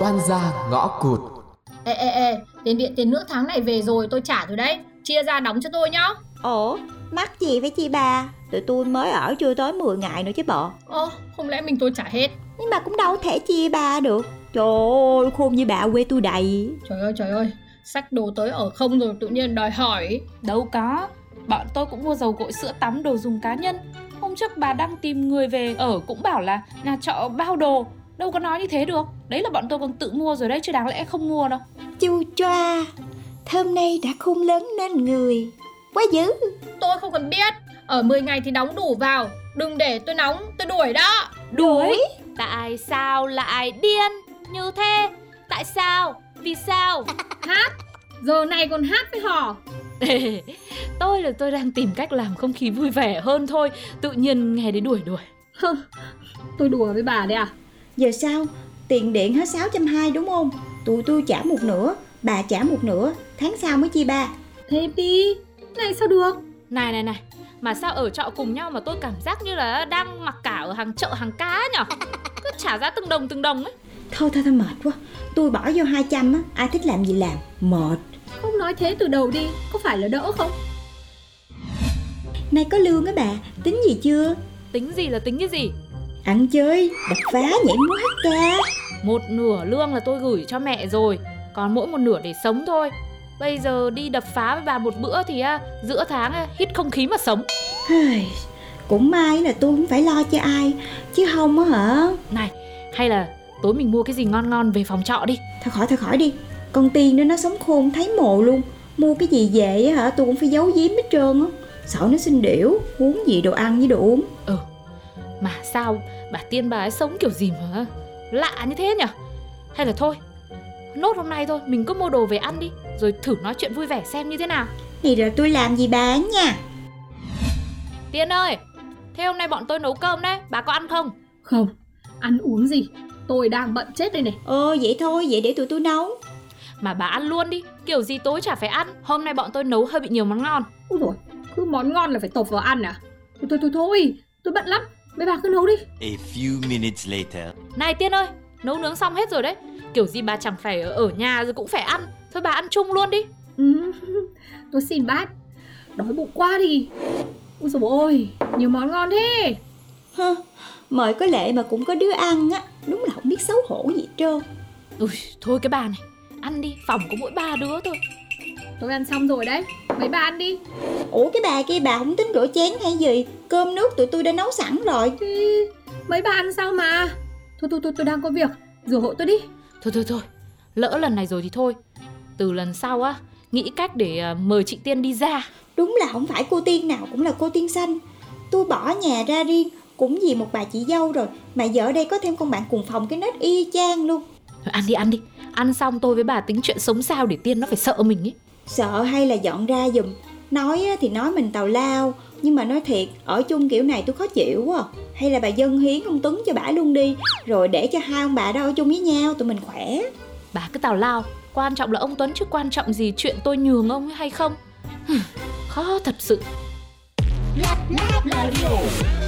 oan gia ngõ cụt Ê ê ê, tiền điện tiền nước tháng này về rồi tôi trả rồi đấy Chia ra đóng cho tôi nhá Ủa, mắc gì với chi ba? Tụi tôi mới ở chưa tới 10 ngày nữa chứ bộ Ồ, không lẽ mình tôi trả hết Nhưng mà cũng đâu thể chia ba được Trời ơi, khôn như bà quê tôi đầy Trời ơi trời ơi, sách đồ tới ở không rồi tự nhiên đòi hỏi Đâu có, bọn tôi cũng mua dầu gội sữa tắm đồ dùng cá nhân Hôm trước bà đang tìm người về ở cũng bảo là nhà trọ bao đồ Đâu có nói như thế được Đấy là bọn tôi còn tự mua rồi đấy chứ đáng lẽ không mua đâu Chu choa, thơm nay đã khôn lớn nên người Quá dữ Tôi không cần biết, ở 10 ngày thì đóng đủ vào Đừng để tôi nóng, tôi đuổi đó Đuổi Tại sao lại điên như thế? Tại sao? Vì sao? Giờ này còn hát với hò tôi là tôi đang tìm cách làm không khí vui vẻ hơn thôi Tự nhiên nghe đến đuổi đuổi Tôi đùa với bà đấy à Giờ sao, tiền điện hết 620 đúng không? Tụi tôi trả một nửa, bà trả một nửa Tháng sau mới chia ba Thế đi, này sao được Này này này Mà sao ở trọ cùng nhau mà tôi cảm giác như là đang mặc cả ở hàng chợ hàng cá nhở Cứ trả ra từng đồng từng đồng ấy Thôi thôi thôi mệt quá Tôi bỏ vô 200 á, ai thích làm gì làm Mệt Không nói thế từ đầu đi, có phải là đỡ không Này có lương á bà, tính gì chưa? Tính gì là tính cái gì Ăn chơi, đập phá, nhảy múa hát ca Một nửa lương là tôi gửi cho mẹ rồi Còn mỗi một nửa để sống thôi Bây giờ đi đập phá với bà một bữa thì à, giữa tháng à, hít không khí mà sống Hây, Cũng may là tôi không phải lo cho ai Chứ không á hả Hay là tối mình mua cái gì ngon ngon về phòng trọ đi Thôi khỏi thôi khỏi đi Con tiên đó nó sống khôn thấy mồ luôn Mua cái gì về á hả tôi cũng phải giấu giếm hết trơn á Sợ nó xin điểu Uống gì đồ ăn với đồ uống Mà sao bà tiên bà ấy sống kiểu gì mà lạ như thế nhở Hay là thôi Nốt hôm nay thôi mình cứ mua đồ về ăn đi Rồi thử nói chuyện vui vẻ xem như thế nào Thì rồi tôi làm gì bà nha Tiên ơi Thế hôm nay bọn tôi nấu cơm đấy Bà có ăn không Không, ăn uống gì Tôi đang bận chết đây này Ờ vậy thôi vậy để tụi tôi nấu Mà bà ăn luôn đi Kiểu gì tối chả phải ăn Hôm nay bọn tôi nấu hơi bị nhiều món ngon Úi dồi, cứ món ngon là phải tộp vào ăn à Thôi thôi thôi, thôi tôi bận lắm Mấy bà cứ nấu đi A few minutes later. Này Tiên ơi Nấu nướng xong hết rồi đấy Kiểu gì bà chẳng phải ở- ở nhà rồi cũng phải ăn Thôi bà ăn chung luôn đi ừ, Tôi xin bác Đói bụng quá đi Úi dồi ôi, nhiều món ngon thế Hơ, mời có lệ mà cũng có đứa ăn á Đúng là không biết xấu hổ gì hết trơn Ui thôi cái bà này Ăn đi phòng có mỗi ba đứa thôi Tôi ăn xong rồi đấy, mấy bà ăn đi Ủa cái bà kia bà không tính rửa chén hay gì Cơm nước tụi tôi đã nấu sẵn rồi Ê, Mấy bà ăn sao mà Thôi thôi thôi, tôi đang có việc Rửa hộ tôi đi Thôi thôi thôi, lỡ lần này rồi thì thôi. Từ lần sau á, nghĩ cách để à, mời chị Tiên đi ra. Đúng là không phải cô tiên nào cũng là cô tiên xanh Tôi bỏ nhà ra riêng Cũng vì một bà chị dâu rồi Mà giờ ở đây có thêm con bạn cùng phòng cái nết y chang luôn Thôi ăn đi ăn đi, ăn xong tôi với bà tính chuyện sống sao để Tiên nó phải sợ mình ấy. Sợ hay là dọn ra giùm Nói á thì nói mình tào lao Nhưng mà nói thiệt Ở chung kiểu này tôi khó chịu quá à. Hay là bà dân hiến ông Tuấn cho bả luôn đi Rồi để cho hai ông bà đó ở chung với nhau Tụi mình khỏe Bà cứ tào lao, quan trọng là ông Tuấn chứ quan trọng gì chuyện tôi nhường ông ấy hay không. Hừ, Khó thật sự. Lắp lắp radio.